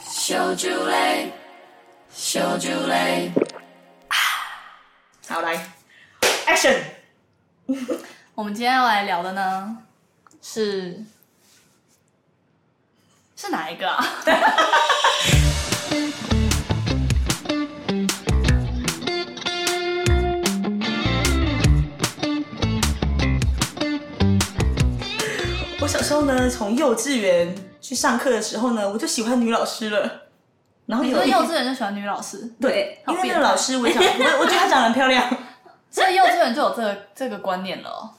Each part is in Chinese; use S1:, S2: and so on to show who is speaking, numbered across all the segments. S1: 小酒类，小酒类。
S2: 好，来，Action！
S1: 我们今天要来聊的呢是是哪一个啊？
S2: 我小时候呢，从幼稚园去上课的时候呢，我就喜欢女老师了。然
S3: 哦
S2: 后
S1: 你
S2: 有
S1: 说
S2: 一
S1: 幼
S2: 天
S1: 稚园就喜欢女老师，
S2: 对，
S1: 好
S2: 因为那
S1: 变态
S2: 个老师我长，我我觉得她长得很漂亮。
S1: 所以幼稚园就有这个这个观念了哦。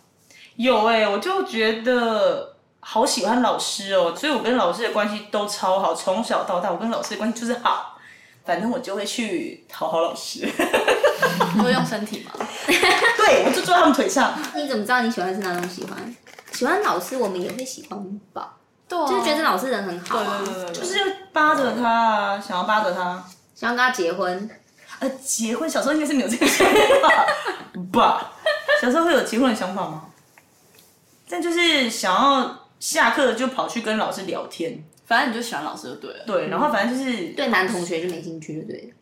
S2: 有哎、我就觉得好喜欢老师哦，所以我跟老师的关系都超好，从小到大我跟老师的关系就是好。反正我就会去讨好老 师，
S1: 你说用身体 嘛？
S2: 对我就坐在他们腿上。
S4: 你怎么知道你喜欢是哪种喜欢？喜欢老师，我们也会喜欢吧，
S1: 对啊，
S4: 就是觉得老师人很好、啊，
S2: 就
S1: 就是是
S2: 扒着他啊，想要扒着他。
S4: 想要跟他结婚，
S2: 呃，结婚小时候应该是没有这个想 法吧？小时候会有结婚的想法吗？但就是想要下课就跑去跟老师聊天，
S1: 反正你就喜欢老师就对了。
S2: 对，然后反正就是，
S4: 对男同学就没兴趣，就对了。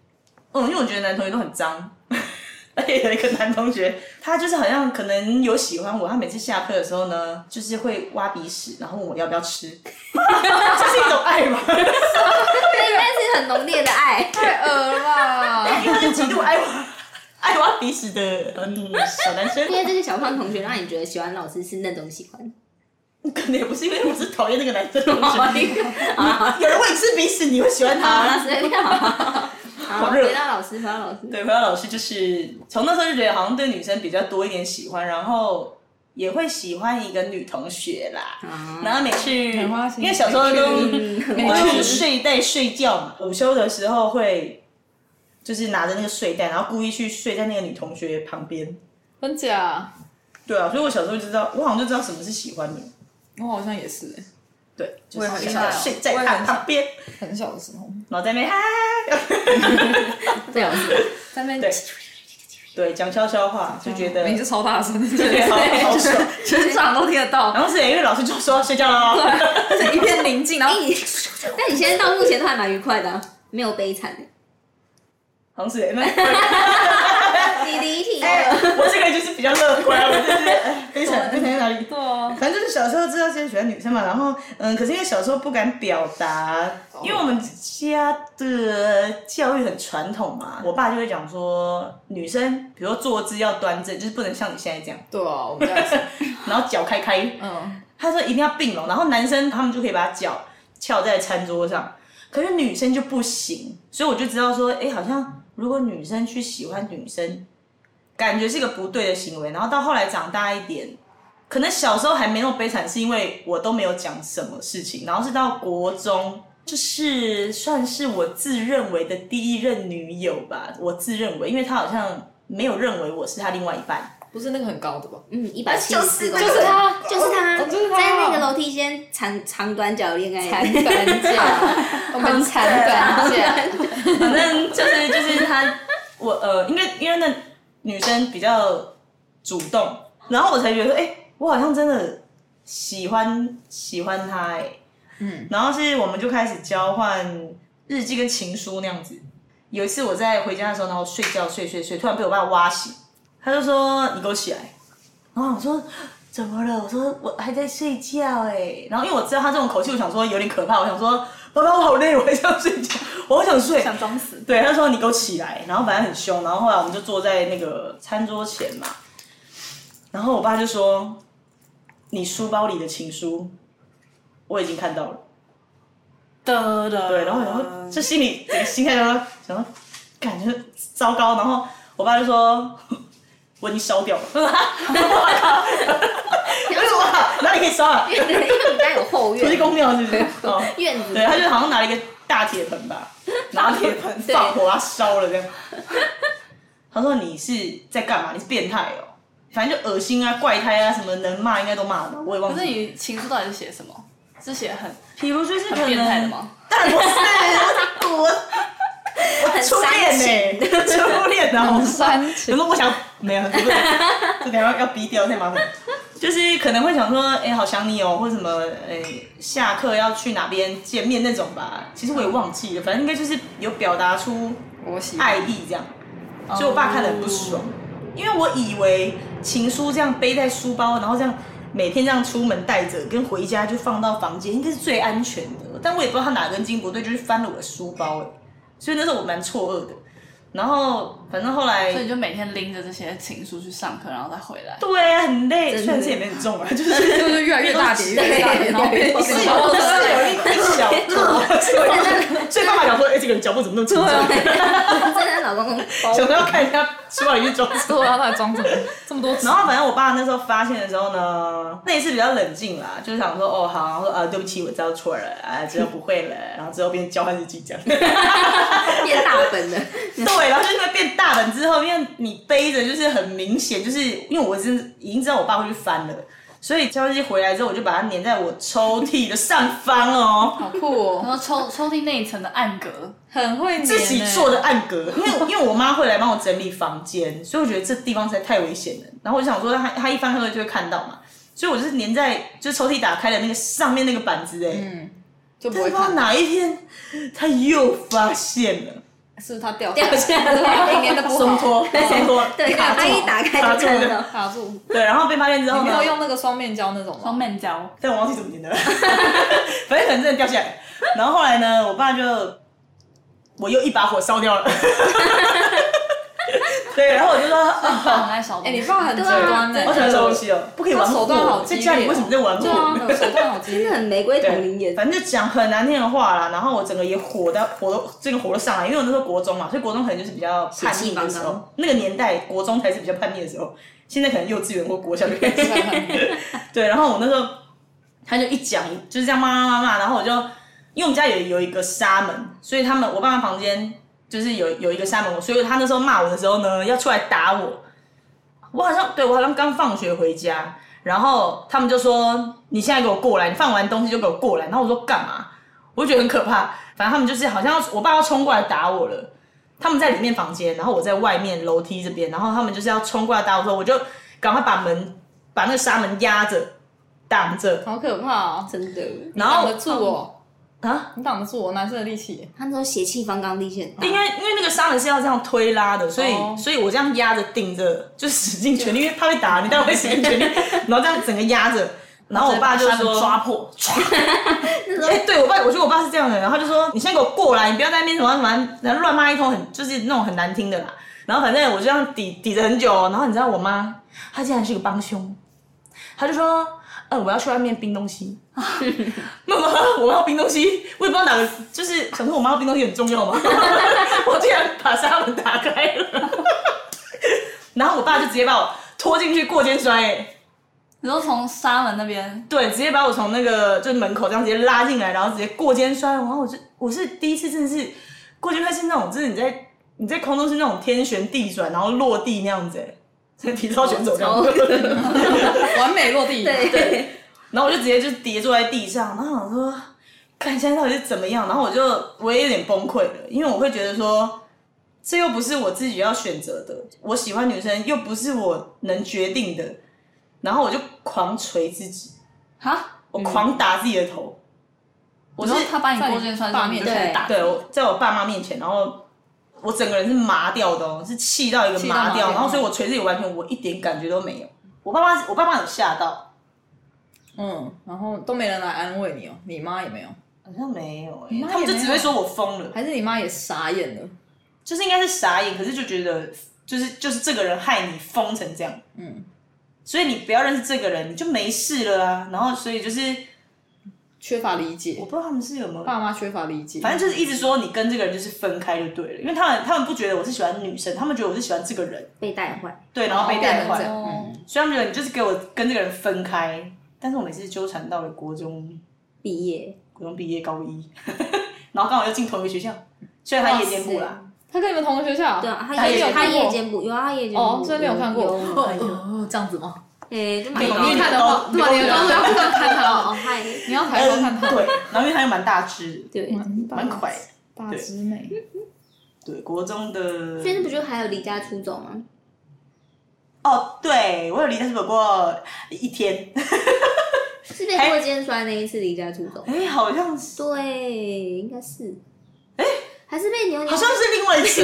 S2: 嗯，因为我觉得男同学都很脏， 而且有一个男同学，他就是好像可能有喜欢我，他每次下课的时候呢，就是会挖鼻屎，然后问我要不要吃， 这是一种爱吗？
S4: 对，那是很浓烈的爱。
S1: 太恶了吧！
S2: 因为他就极度爱挖爱挖鼻屎的嗯小男生
S4: 因，为这个小胖同学让你觉得喜欢老师是那种喜欢，
S2: 可能也不是因为我是讨厌那个男生同学。
S4: 哦好啦
S2: 有人问你吃鼻屎，你会喜欢
S4: 好
S2: 他？
S4: 了，随便好啦。好，
S2: 啊热
S4: 回到老师，回到老师。
S2: 对，回到老师就是从那时候就觉得好像对女生比较多一点喜欢，然后也会喜欢一个女同学啦。
S4: 啊
S2: 然后每次
S1: 花心
S2: 因为小时候都
S4: 嗯
S2: 我用睡袋睡觉嘛，午休的时候会就是拿着那个睡袋，然后故意去睡在那个女同学旁边。
S1: 真假？
S2: 对啊，所以我小时候就知道，我好像就知道什么是喜欢的。
S3: 我好像也是、欸
S2: 对，就
S3: 我
S2: 是
S3: 也很
S2: 想要
S1: 小
S2: 睡在
S3: 我也
S2: 她
S3: 很小
S2: 旁边，
S3: 很小的时候，
S2: 然后在那边嗨。
S4: 对老师，
S3: 在那边
S2: 对对，讲悄悄话就觉
S1: 啊
S2: 得
S3: 每次超 大声，
S2: 对好好爽
S3: 全场都听得到，
S2: 然后是因为老师就说要睡觉了， 哦
S3: 一片宁静，然后
S4: 但哎你现在到目前都还蛮愉快的啊、没有悲惨。
S2: 好像是哎因为
S4: 你离题
S2: 哎
S4: 了，
S2: 我这个人就是比较乐观，我就是哎非常非常哪里。
S3: 对啊，
S2: 反正就是小时候知道自己喜欢女生嘛，然后嗯，可是因为小时候不敢表达，因为我们家的教育很传统嘛，我爸就会讲说，女生比如说坐姿要端正，就是不能像你现在这样，
S3: 对啊，我们家也是，
S2: 然后脚开开，
S3: 嗯，
S2: 他说一定要并拢，然后男生他们就可以把脚翘在餐桌上，可是女生就不行，所以我就知道说，哎，好像如果女生去喜欢女生，感觉是一个不对的行为。然后到后来长大一点，可能小时候还没那么悲惨，是因为我都没有讲什么事情，然后是到国中。就是算是我自认为的第一任女友吧，我自认为，因为她好像没有认为我是她另外一 半，
S3: 不是那个很高的吧？
S4: 嗯，一百七十四公
S2: 就
S4: 分，
S2: 是
S3: 他
S4: 就是他，
S3: 哦就是他
S4: 在那个楼梯间长长短脚恋爱，
S3: 短 架，我们缠
S1: 啊
S3: 短架，
S2: 反正就是就是他，我呃，因为因为那女生比较主动，然后我才觉得说，哎、我好像真的喜欢喜欢他、哎，
S3: 嗯，
S2: 然后是我们就开始交换日记跟情书那样子。有一次我在回家的时候，然后睡觉睡睡睡，突然被我爸挖醒，他就说你给我起来，然后我说。怎么了？我说我还在睡觉哎、然后因为我知道他这种口气，我想说有点可怕，我想说爸爸我好累，我还想睡觉，我好想睡，
S1: 想装死？
S2: 对，他说你给我起来，然后反正很凶，然后后来我们就坐在那个餐桌前嘛，然后我爸就说，你书包里的情书我已经看到了，
S1: 的的。
S2: 对，然后然后
S1: 哦
S3: 嗯
S2: 就心里整个心态就说想说感觉糟糕，然后我爸就说我已经烧掉了，我靠，为什么哪里可以烧 啊？
S4: 因为 我们家有后
S2: 不是
S4: 院，
S2: 公庙是不是？哦，
S4: 院子
S2: 对，他就好像拿了一个大铁盆吧， 拿铁盆
S4: 对
S2: 放火把它烧了这样。他说你是在干嘛？你是变态哦！反正就恶心啊、怪胎啊，什么能骂应该都骂了吧，我也忘
S1: 可
S2: 记
S1: 是
S2: 了。
S1: 你情书到底是写什么？是写很
S2: 比如说是可
S1: 很
S2: 能
S1: 变态的？吗？
S2: 当然不是， 我 我初恋呢、 初恋的、啊，我
S3: 很煽
S2: 可
S3: 情
S2: 是，我想没有，不是，这等一下要逼掉太麻烦。就是可能会想说，哎、好想你哦，或什么，哎、下课要去哪边见面那种吧。其实我也忘记了，反正应该就是有表达出
S3: 我喜欢
S2: 爱意这样，所以我爸看得很不爽，因为我以为情书这样背在书包，然后这样每天这样出门带着，跟回家就放到房间，应该是最安全的。但我也不知道他哪根筋不对，就是翻了我的书包、哎，所以那时候我蛮错愕的。然后反正后来
S1: 所以就每天拎着这些情书去上课，然后再回来。
S2: 对啊，很累，虽然这也没很重啊， 就是
S3: 就是越来越大点，越来越大点，然后变成
S2: 是有是有一一小坨， 所以爸爸想说，哎、这个人脚步怎么那么粗壮？
S4: 站在老公公包
S2: 想说要看一下书包里面装什么。
S3: 对啊，他装什么这么多
S2: 然后反正我爸 那时候发现的时候呢，那一次比较冷静啦，就是想说哦好，然后说啊对不起，我知道错了，啊知道不会了，然后之后变交换日记这样。
S4: 变大本的，
S2: 对，然后就因为变大本之后，因为你背着就是很明显，就是因为我是已经知道我爸会去翻了，所以交换日记回来之后，我就把它粘在我抽屉的上方哦。
S3: 好酷
S1: 然后
S3: 哦，
S1: 抽抽屉那一层的暗格，
S3: 很会粘欸
S2: 自己做的暗格，因为因为我妈会来帮我整理房间，所以我觉得这地方实在太危险了。然后我就想说她，她一翻开就会看到嘛，所以我就是粘在就是抽屉打开的那个上面那个板子哎、
S3: 就不
S2: 但是
S3: 会
S2: 不知道
S3: 看，
S2: 哪一天她又发现了，
S3: 是不是他掉
S4: 掉下来，
S3: 应该都不
S2: 松
S3: 好，
S2: 脱松脱，
S4: 对，
S2: 卡住
S4: 他一打开就看到，
S3: 卡住。
S2: 对，然后被发现之后
S3: 你没
S2: 呢
S3: 有，用那个双面胶那种
S1: 双
S3: 吗？
S1: 面胶，
S2: 但我忘记怎么粘的了， 反正可能真的掉下来。然后后来呢，我爸就我又一把火烧掉了，对，然后我就说啊。
S1: 很爱少。
S3: 哎，你爸很极
S4: 对啊
S3: 端的，
S2: 好想收东西哦，不可以玩
S3: 他手
S2: 火
S3: 段好，
S2: 在
S3: 激
S2: 家里
S3: 烈
S2: 为什么在玩
S3: 对啊
S2: 火？，
S3: 手段好激
S4: 真的
S3: 烈，
S4: 很玫瑰同龄
S2: 对，
S4: 眼，
S2: 反正就讲很难听的话啦，然后我整个也火到火都这个火都上来，因为我那时候国中嘛，所以国中可能就是比较叛逆的时
S4: 血气方
S2: 候
S4: 刚，
S2: 那个年代国中才是比较叛逆的时候，现在可能幼稚园或国小就开始
S3: 真的很
S2: 对，然后我那时候他就一讲就是这样骂骂骂骂，然后我就因为我们家有有一个纱门，所以他们我爸妈房间就是有有一个纱门，所以他那时候骂我的时候呢，要出来打我。我好像对我好像刚放学回家，然后他们就说你现在给我过来，你放完东西就给我过来。然后我说干嘛？我就觉得很可怕。反正他们就是好像要我爸要冲过来打我了。他们在里面房间，然后我在外面楼梯这边，然后他们就是要冲过来打我的时候，我就赶快把门把那个纱门压着挡着，
S3: 好可怕哦，
S4: 真的，
S2: 然
S3: 挡
S2: 后
S3: 得住我
S2: 啊，
S3: 你挡得住我男生的力气，
S4: 他那种血气方刚立现，
S2: 因为因为那个纱门是要这样推拉的，所以、
S3: 哦
S2: 所以我这样压着顶着，就使尽全力，因为怕被打，你当然会使尽 全力，然后这样整个压着。然后我爸就
S1: 直接把
S2: 说
S1: 纱门抓
S2: 破，哎、对我爸，我觉得我爸是这样的人，然后他就说你先给我过来，你不要在那边什么什么然后乱骂一通很，就是那种很难听的啦。然后反正我就这样抵抵着很久哦，然后你知道我妈，她竟然是个帮凶，她就说，呃，我要去外面冰东 西。妈妈，我要冰东西，我也不知道哪个，就是想说我妈要冰东西很重要吗？ 我竟然把纱门打开了， 然后我爸就直接把我拖进去过肩摔、哎
S1: 你说从纱门 那边，
S2: 对，直接把我从那个就是门口这样直接拉进来，然后直接过肩摔，然后我就我是第一次真的是过肩摔是那种，就是你在你在空中是那种天旋地转，然后落地那样子、欸，是体操选手这样。
S3: 完美落地，
S4: 对对，
S2: 然后我就直接就跌坐在地上，然后想说，看现在到底是怎么样，然后我就我也有点崩溃了，因为我会觉得说，这又不是我自己要选择的，我喜欢女生又不是我能决定的，然后我就狂捶自己，
S1: 哈，
S2: 我狂打自己的头，我
S1: 我
S2: 是
S1: 说他把你过肩摔
S3: 把
S1: 上
S3: 你
S1: 面就开始打，
S2: 对，我在我爸妈面前，然后我整个人是麻掉的哦，是气到一个
S3: 气到
S2: 麻
S3: 麻
S2: 掉，
S3: 掉
S2: 然后所以我捶自己完全我一点感觉都没有。我爸妈，我爸妈有吓到，
S3: 嗯，然后都没人来安慰你哦，你妈也没有，
S2: 好像没有哎、
S3: 你妈也
S2: 他们就
S3: 没
S2: 只
S3: 有
S2: 会说我疯了，
S3: 还是你妈也傻眼了，
S2: 就是应该是傻眼，可是就觉得就是就是这个人害你疯成这样，
S3: 嗯，
S2: 所以你不要认识这个人，你就没事了啊。然后所以就是
S3: 缺乏理解
S2: 我，不知道他们是有没有
S3: 爸妈缺乏理解，
S2: 反正就是一直说你跟这个人就是分开就对了，因为他们他们不觉得我是喜欢女生，他们觉得我是喜欢这个人，
S4: 被带坏，
S2: 对，然后被
S3: 哦
S2: 带嗯
S3: 变成
S2: 坏
S3: 这，样
S1: 哦
S2: 所以他们觉得你就是给我跟这个人分开。但是我每次纠缠到了国中，
S4: 毕业，
S2: 国中毕业高一， 然后刚好又进同一个学校，虽然他夜间部
S4: 哇
S2: 啦，
S3: 他跟你们同个学校，
S4: 对啊，
S3: 他
S4: 他
S3: 也有
S4: 夜他
S3: 看过
S4: 夜间部有啊，他夜间部
S3: 哦，真没有看过，
S4: 有有
S3: 哦哦，这样子吗？
S4: 哎，就蛮
S2: 对
S4: 高
S2: 因为
S3: 你
S4: 的
S3: 看的话，
S2: 你
S3: 对吧？
S2: 高
S3: 你高中要不断看他
S4: 哦，
S3: 哦，
S4: 嗨，
S3: 你要抬头 看他，哦
S2: 对，然后因为他又蛮大只，
S4: 对，
S2: 蛮快，
S3: 大直美，
S2: 对，国中的
S4: 所以那不就还有离家出走吗？
S2: 哦，对我有离家出走过一天，
S4: 是被过肩摔那一次离家出走。
S2: 哎，好像是，
S4: 对，应该是。还是被牛牛
S2: 好像是啊另外一次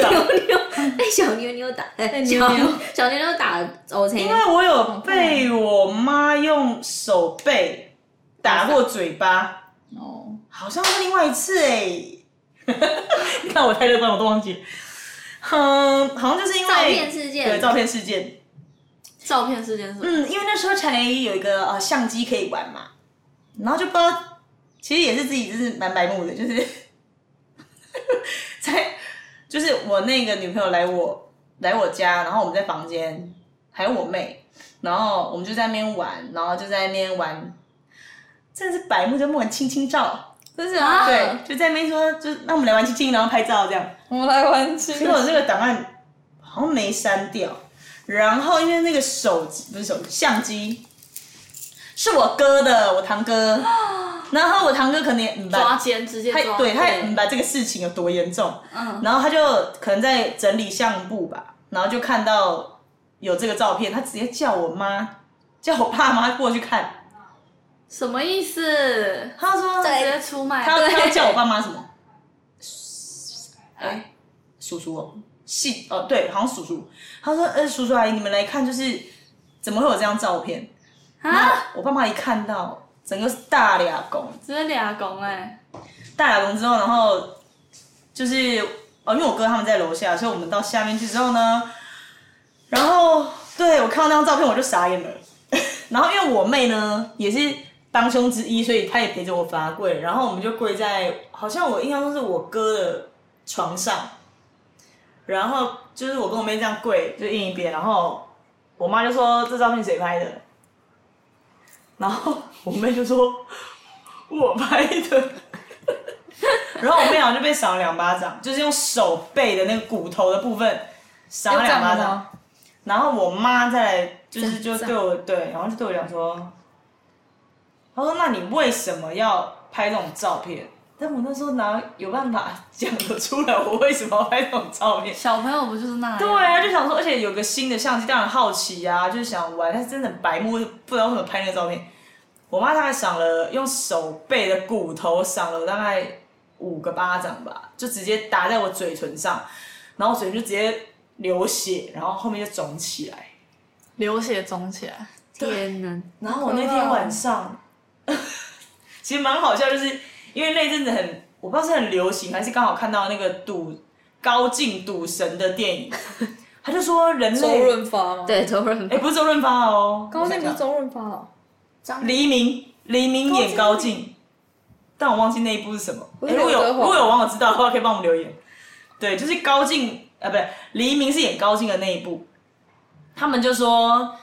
S2: 吧，
S4: 被小牛牛 打，
S1: 牛
S4: 小
S1: 牛
S4: 小牛牛打 OK，
S2: 因为我有被我妈用手背打过嘴巴，
S1: 哦，
S2: 好像是另外一次哎、 你看我太乐观，我都忘记了。嗯，好像就是因为
S4: 照片事件
S2: 对照片事件，
S1: 照片事件是吗？
S2: 嗯，因为那时候才有一个呃相机可以玩嘛，然后就不知道，其实也是自己就是蛮白目的，就是 才就是我那个女朋友来我来我家，然后我们在房间，还有我妹，然后我们就在那边玩，然后就在那边玩，真的是白目就玩亲亲照，
S1: 真是啊
S2: 对，就在那边说，就那我们来玩亲亲，然后拍照这样。
S1: 我们来玩这
S2: 结果这个档案好像没删掉，然后因为那个手机不是手机，相机是我哥的，我堂 哥，然后我堂哥可能也嗯
S1: 抓
S2: 吧，
S1: 奸直接
S2: 他
S1: 抓，
S2: 对他也嗯吧这个事情有多严重，
S1: 嗯，
S2: 然后他就可能在整理相簿吧，然后就看到有这个照片，他直接叫我妈，叫我爸妈过去看，
S1: 什么意思？
S2: 他说
S1: 直接出卖
S2: 他要
S1: 对
S2: 他要叫我爸妈什么？哎，叔叔哦，系哦，对，好像叔叔。他说：“呃，叔叔阿姨，你们来看，就是怎么会有这张照片？”
S1: 啊，
S2: 我爸妈一看到，整个是大俩拱，
S1: 直接俩拱哎，
S2: 大俩拱之后，然后就是哦，因为我哥他们在楼下，所以我们到下面去之后呢，然后对我看到那张照片我就傻眼了。 然后因为我妹呢也是帮凶之一，所以她也陪着我罚跪。然后我们就跪在，好像我印象中是我哥的床上，然后就是我跟我妹这样跪，就印一边。然后我妈就说：“这照片谁拍的？” 然后我妹就说：“我拍的。”然后我妹好像就被赏了两巴掌，就是用手背的那个骨头的部分赏了两巴
S1: 有这样
S2: 掌
S1: 吗。
S2: 然后我妈再来，就是
S1: 真
S2: 就
S1: 赞
S2: 对我对，然后就对我讲说，她说：“那你为什么要拍这种照片？”但我那时候哪有办法讲得出来，我为什么要拍这种照片？
S1: 小朋友不就是那样？
S2: 对啊，就想说，而且有个新的相机，当然好奇啊，就是想玩，但是真的白目，不知道为什么拍那个照片。我妈大概赏了用手背的骨头赏了我大概五个巴掌吧，就直接打在我嘴唇上，然后嘴唇就直接流血，然后后面就肿起来。
S1: 流血肿起来，
S4: 天哪！
S2: 然后我那天晚上， 其实蛮好笑，就是因为那阵子很，我不知道是很流行，还是刚好看到那个赌高进赌神的电影，他就说人 类
S3: 周润发吗？，
S4: 对，周润
S2: 哎、不是周润发哦，
S3: 高进不是
S2: 周
S3: 周润发哦，
S2: 黎明，黎明演高进，但我忘记那一部是什么。
S3: 不
S2: 哎
S3: 是
S2: 如果有
S3: 刘德
S2: 如
S3: 华
S2: 果有网友知道的话，可以帮我们留言。对，就是高进，啊，不对，黎明是演高进的那一部。他们就说，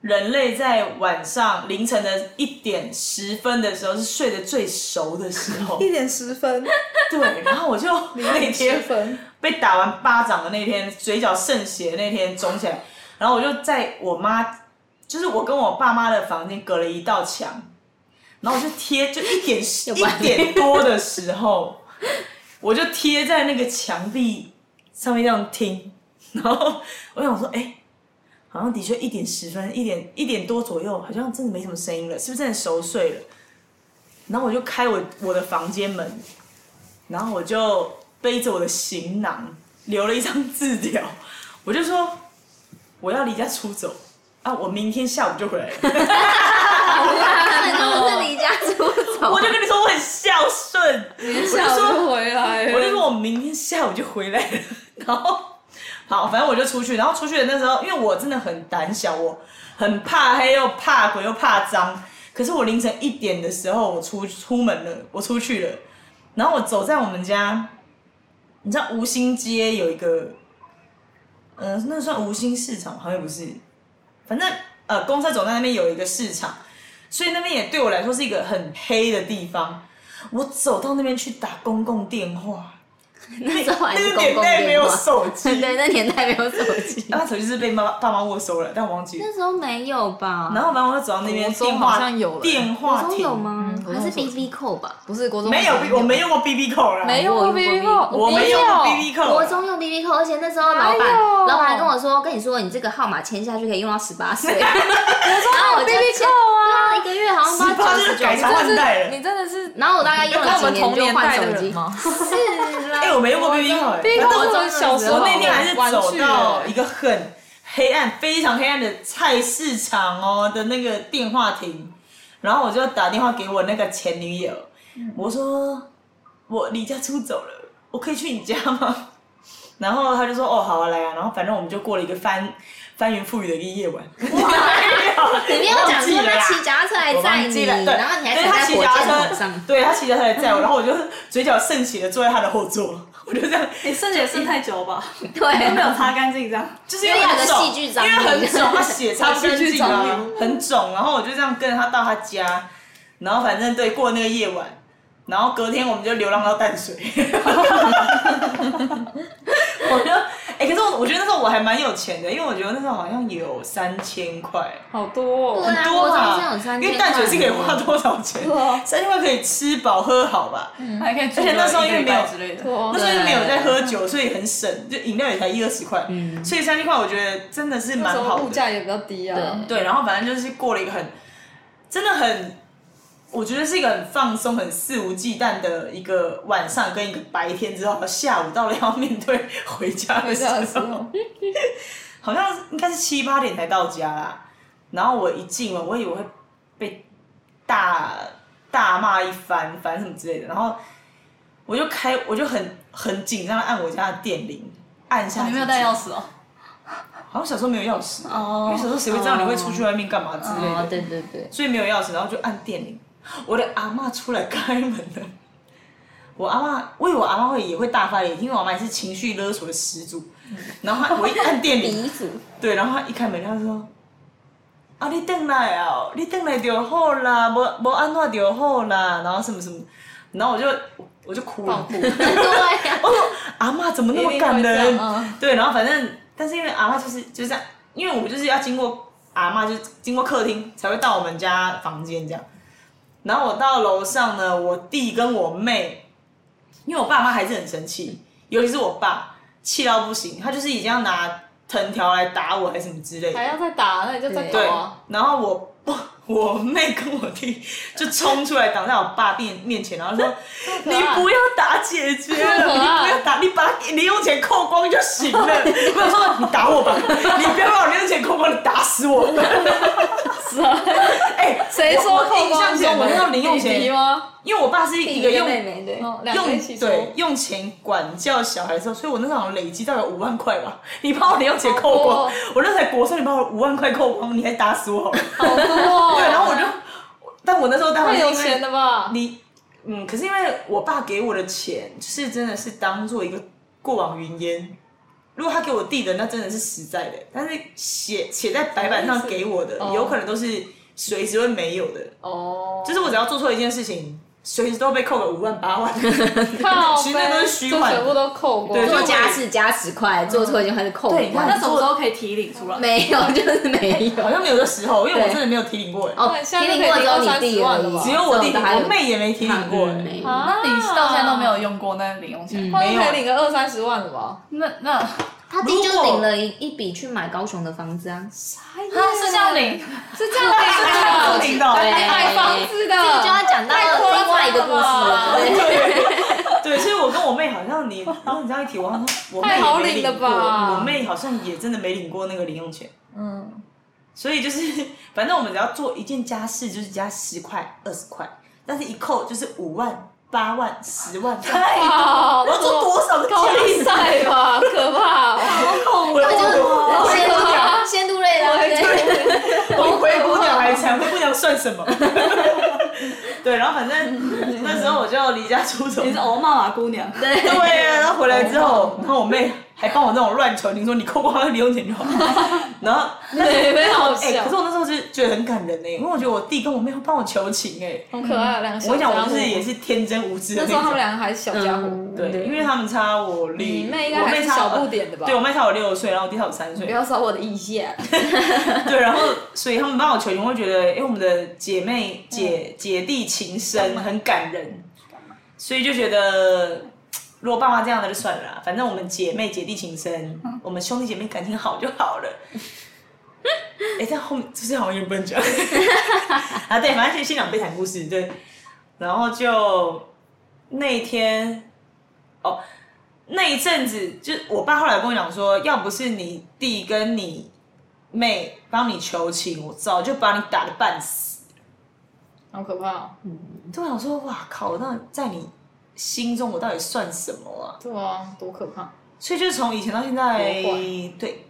S2: 人类在晚上凌晨的一点十分的时候是睡得最熟的时 候。
S3: 一点十分，
S2: 对，然后我就那
S3: 十
S2: 天
S3: 分，
S2: 被打完巴掌的那天，嘴角渗血的那天肿起来，然后我就在我妈，就是我跟我爸妈的房间隔了一道墙，然后我就贴，就一点
S4: 有吧
S2: 一点多的时候，我就贴在那个墙壁上面这样听，然后我想说，哎、好像的确一点十分，一点一点多左右，好像真的没什么声音了，是不是真的熟睡了？然后我就开我我的房间门，然后我就背着我的行囊，留了一张字条，我就说我要离家出走啊，我明天下午就回来了。
S4: 根本就不是离家出走
S2: 我，就跟你说我很孝顺，
S3: 下午就回来了。
S2: 我就说我明天下午就回来了，然后 好，反正我就出去，然后出去的那时候，因为我真的很胆小，我很怕黑又怕鬼又怕脏，可是我凌晨一点的时候我出出门了，我出去了，然后我走在我们家，你知道吴兴街有一个，嗯、呃，那算吴兴市场吗好像也不是，反正呃，公车总站那边有一个市场，所以那边也对我来说是一个很黑的地方。我走到那边去打公共电话，
S4: 那时候还
S2: 那
S4: 是
S2: 个
S4: 公
S2: 年
S4: 共
S2: 代没
S4: 电
S2: 有
S4: 话，
S2: 手机，
S4: 对，那年代没有手机，
S2: 那他手机是被妈爸妈没收了，但我忘记了。
S4: 那时候没有吧？
S2: 然后反正我就走到那边
S1: 国中
S2: 电话
S1: 好像有了
S2: 电
S4: 国
S2: 话
S4: 中
S2: 亭
S4: 有吗
S1: 嗯？国
S4: 还
S1: 中
S4: 是
S1: 有手
S4: B B 扣吧？
S1: 不是国中
S2: 没有，我没用过 BB 扣啦，
S1: 没有
S4: 哎我
S1: 过
S4: 用过 BB
S1: BB 扣，
S2: 我没用过 BB 扣，
S4: 国中用 B B 扣，而且那时候老板
S1: 哪有
S4: 老板还跟我说，跟你说你这个号码签下去可以用到十八岁，然后我就
S1: BB
S4: 签
S1: 扣啊，
S4: 对啊，一个月好像
S2: 十
S4: 不知
S2: 八
S4: 道九
S2: 就是
S4: 十九
S2: 改朝换代了。
S1: 你真的是
S4: 然后我大概用
S1: 跟
S4: 了
S1: 我
S4: 几
S1: 们同
S4: 年就
S1: 年
S4: 换
S1: 代
S4: 手
S1: 的人
S4: 机，
S1: 吗？
S4: 是啦
S2: 哎、我没用过 BB 扣、欸，
S1: BB
S2: 但
S1: 扣我小时候
S2: 我那天还是
S1: 玩
S2: 走
S1: 具
S2: 到
S1: 欸
S2: 一个很黑暗、非常黑暗的菜市场哦的那个电话亭，然后我就打电话给我那个前女友，我说我离家出走了，我可以去你家吗？然后他就说哦好啊来啊，然后反正我们就过了一个翻翻云覆雨的一个夜晚。
S4: 你没有讲说他骑脚踏车来
S2: 我
S4: 载
S2: 忘
S4: 你，
S2: 记了，对，
S4: 然后你还
S2: 对
S4: 踩
S2: 他
S4: 在
S2: 骑
S4: 火
S2: 脚
S4: 箭
S2: 踏
S4: 筒
S2: 车
S4: 上，
S2: 对他骑脚踏车来载我，然后我就嘴角渗血的坐在他的后座，我就这样，
S1: 你剩血剩太久 吧，
S4: 对，啊
S1: 没有擦干净这样。
S2: 就是因为很
S4: 因为有个
S2: 肿，
S4: 戏剧
S2: 因
S4: 张
S2: 为
S4: 力
S2: 很肿，他血擦 不干
S1: 戏剧
S2: 净啊
S1: 张，
S2: 很肿，然后我就这样跟着他到他家，然后反正对过那个夜晚，然后隔天我们就流浪到淡水， 我就。哎、可是我我觉得那时候我还蛮有钱的，因为我觉得那时候好像有三千块，
S1: 好多、
S4: 对啊
S1: 哦，
S2: 很多
S4: 国中生有
S2: 吧？
S4: 三千块
S2: 因为淡水是可以花多少钱
S1: 啊？
S2: 三千块可以吃饱喝好吧？
S4: 嗯
S1: 还可以住
S2: 而且那时候
S1: 一个礼
S2: 因为没
S1: 拜
S2: 有
S1: 之类的，
S3: 我
S2: 那时候就没有在喝酒，所以很省，就饮料也才一二十块，
S4: 嗯
S2: 所以三千块我觉得真的是蛮
S3: 那时
S2: 好
S3: 候物
S2: 的。
S3: 价也比较低啊。
S2: 对，然后反正就是过了一个很，真的很，我觉得是一个很放松、很肆无忌惮的一个晚上跟一个白天之后，下午到了要面对回家的
S3: 回
S2: 时
S3: 家的时
S2: 候
S3: 候，，
S2: 好像应该是七八点才到家啦。然后我一进门，我以为会被大大骂一番，反正什么之类的。然后我就开，我就很很紧张的按我家的电铃，按下、
S1: 你没有带钥，匙哦？
S2: 好像小时候没有钥匙，因
S4: 哦
S2: 为小时候谁会知道你会出去外面干嘛之类的，
S4: 哦，对对对，
S2: 所以没有钥匙，然后就按电铃。我的阿嬷出来开门了。我阿嬷，我以为我阿嬷会也会大发雷霆，因为我阿嬷也是情绪勒索的始祖。然后她我一按电 铃，
S4: 鼻祖，
S2: 对，然后他一开门，他就说：“啊，你等来啊，你等来就好啦，无无安怎就好啦，然后什么什么，然后我就我就哭了，
S4: 对呀，
S2: 哦，阿妈怎么那么感
S3: 一定
S2: 人
S3: 会这样嗯？
S2: 对，然后反正，但是因为阿妈就是就是这样，因为我们就是要经过阿妈，就是经过客厅才会到我们家房间这样。然后我到楼上呢，我弟跟我妹，因为我爸妈还是很生气，尤其是我爸气到不行，他就是已经要拿藤条来打我还是什么之类的
S3: 还。要再打，那你就再
S2: 对
S3: 搞啊。，
S2: 然后我我 我妹跟我弟就冲出来挡在我爸面面前，然后说：“你
S3: 可爱
S2: 不要打姐姐了，
S3: 这么可爱
S2: 你不要打，你把零用钱扣光就行了。” 我想说：“你打我吧，你不要把我零用钱扣光，你打死 我！” 哎、
S3: 谁
S2: 我
S3: 说
S2: 我
S3: 扣
S2: 印象中
S3: 光钱
S2: 我
S3: 的
S2: 那时候零用
S3: 弟弟
S2: 钱，
S3: 吗？
S2: 因为我爸是一个用
S4: 妹妹对，
S3: 哦，两个
S2: 用
S3: 一起说
S2: 对用钱管教小孩的时候，所以我那时候好像累积大概五万块 吧。你把我零用钱扣光，
S3: 好多哦
S2: 我那才国中，你把我五万块扣光，你还打死我 好了。
S3: 好多哦。
S2: 对，然后我就，我但我那时候当然
S3: 太
S2: 是
S3: 有
S2: 因为
S3: 钱了吧？
S2: 你，嗯，可是因为我爸给我的钱，就是真的是当做一个过往云烟。如果他给我弟的，那真的是实在的，但是写写在白板上给我的，
S3: 哦
S2: 有可能都是随时会没有的。
S3: 哦，
S2: 就是我只要做错一件事情，随时都被扣个五万八万。
S3: 靠
S2: 其实那都是虚
S3: 就
S2: 幻的
S3: 全部都扣过。
S2: 对就
S4: 做家事加十块，做错就开始扣
S2: 对
S4: 五
S2: 你看
S1: 那
S4: 万，
S1: 什么时候可以提领出来？
S4: 没有就是没有
S2: 好像没有的时候，因为我
S4: 对
S2: 真的没有提领过，哎
S4: 哦
S3: 对，哦现
S4: 提
S3: 在
S4: 领
S3: 就
S4: 过
S3: 可以
S4: 只有你
S3: 提
S4: 弟而
S3: 高30万了吧
S4: 已，
S2: 只有我弟，
S4: 这种的还嗯有
S2: 我妹也没提领过。哎
S4: 没有
S3: 啊
S1: 那你到现在都没有用过那零用钱？
S3: 他
S2: 没有
S3: 可以领个二三十万了吧？
S1: 那那
S4: 他弟就领了一一笔去买高雄的房子啊，
S3: 哎
S1: 他是这样领，
S3: 是这样子 的，
S2: 听到
S3: 还买房子的，
S4: 就要讲到
S3: 太夸张了吧
S4: 另外一个故事了，对
S2: 对，所以我跟我妹好像你，然后你这样一提，我好像我妹
S3: 太好
S2: 也没
S3: 领了
S2: 领过，
S3: 吧
S2: 我妹好像也真的没领过那个零用钱。
S3: 嗯，
S2: 所以就是， 反正我们只要做一件家事，就是加十块、二十块，但是一扣就是五万、八万、十万。
S3: 哇，
S2: 我要做多少个
S3: 高
S2: 家
S3: 利
S2: 事？
S3: 贷吧，可怕哦！
S2: 我要做多少
S4: 就
S2: 个
S4: 是
S2: 家
S4: 仙
S2: 事
S4: 姑 娘，仙姑类的，对
S2: 我回姑娘还惨，回姑娘算什么？ 对，然后反正那时候我就离家出走。
S1: 你是欧妈妈姑娘，对，
S2: 对啊，然后回来之后，然后我妹还帮我那种乱求情，说你扣光她的 零用钱就好。然后那
S3: 对非常好
S2: 哎、
S3: 笑
S2: 可是我那时候是觉得很感人呢、欸因为我觉得我弟跟我妹会帮我求情哎、
S3: 好可爱啊，两个
S2: 我跟
S3: 小
S2: 你讲，
S3: 家
S2: 我
S3: 伙。
S2: 就是也是天真无知的
S3: 那时候他
S2: 种
S3: 们。两个还是小家伙，
S2: 对，因为他们差我六，
S3: 你妹应该
S2: 我
S3: 还
S2: 妹
S3: 是
S2: 差我
S3: 小不点的吧
S2: 对我妹差我六岁，然后我弟差我三岁
S3: 不。要扫我的意见。
S2: 对，然后所以他们帮我求情，我会觉得，哎、我们的姐妹姐、姐弟情深，很感人，所以就觉得。如果爸妈这样的就算了啦，反正我们姐妹姐弟情深，我们兄弟姐妹感情好就好了。哎、在后面这是好像也不能讲啊，对，反正先先讲悲惨故事，对。然后就那一天，哦，那一阵子，就是我爸后来跟我讲说，要不是你弟跟你妹帮你求情，我早就把你打的半死。
S3: 好可怕哦！
S2: 突然想说，哇靠！那在你心中，我到底算什么啊？
S3: 对啊，多可怕！
S2: 所以就是从以前到现在
S3: 多坏，
S2: 对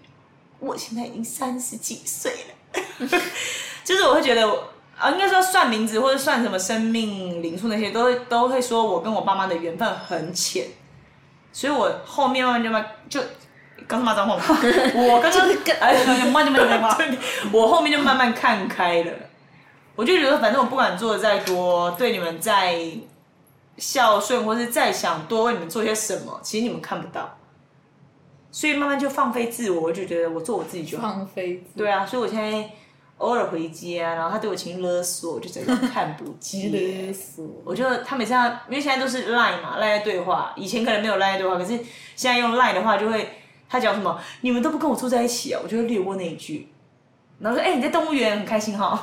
S2: 我现在已经三十几岁了， 就是我会觉得啊，应该说算名字或者算什么生命灵数那些，都会都会说我跟我爸妈的缘分很浅，所以我后面慢慢就慢就。刚骂脏话吗？我刚刚哎，慢点慢点 慢点，我后面就慢慢看开了。我就觉得，反正我不管做的再多，对你们再孝顺，或是再想多为你们做些什么，其实你们看不到。所以慢慢就放飞自我，我就觉得我做我自己就好。
S3: 放飞自
S2: 对啊，所以我现在偶尔回家，然后他对我情绪勒索，我就整个看不 见。
S3: 我。
S2: 我就他每次要，因为现在都是 line 嘛，line 在对话，以前可能没有 line 在对话，可是现在用 line 的话，就会他讲什么，你们都不跟我住 在一起啊，我就会略过那一句，然后说，哎、你在动物园很开心哈。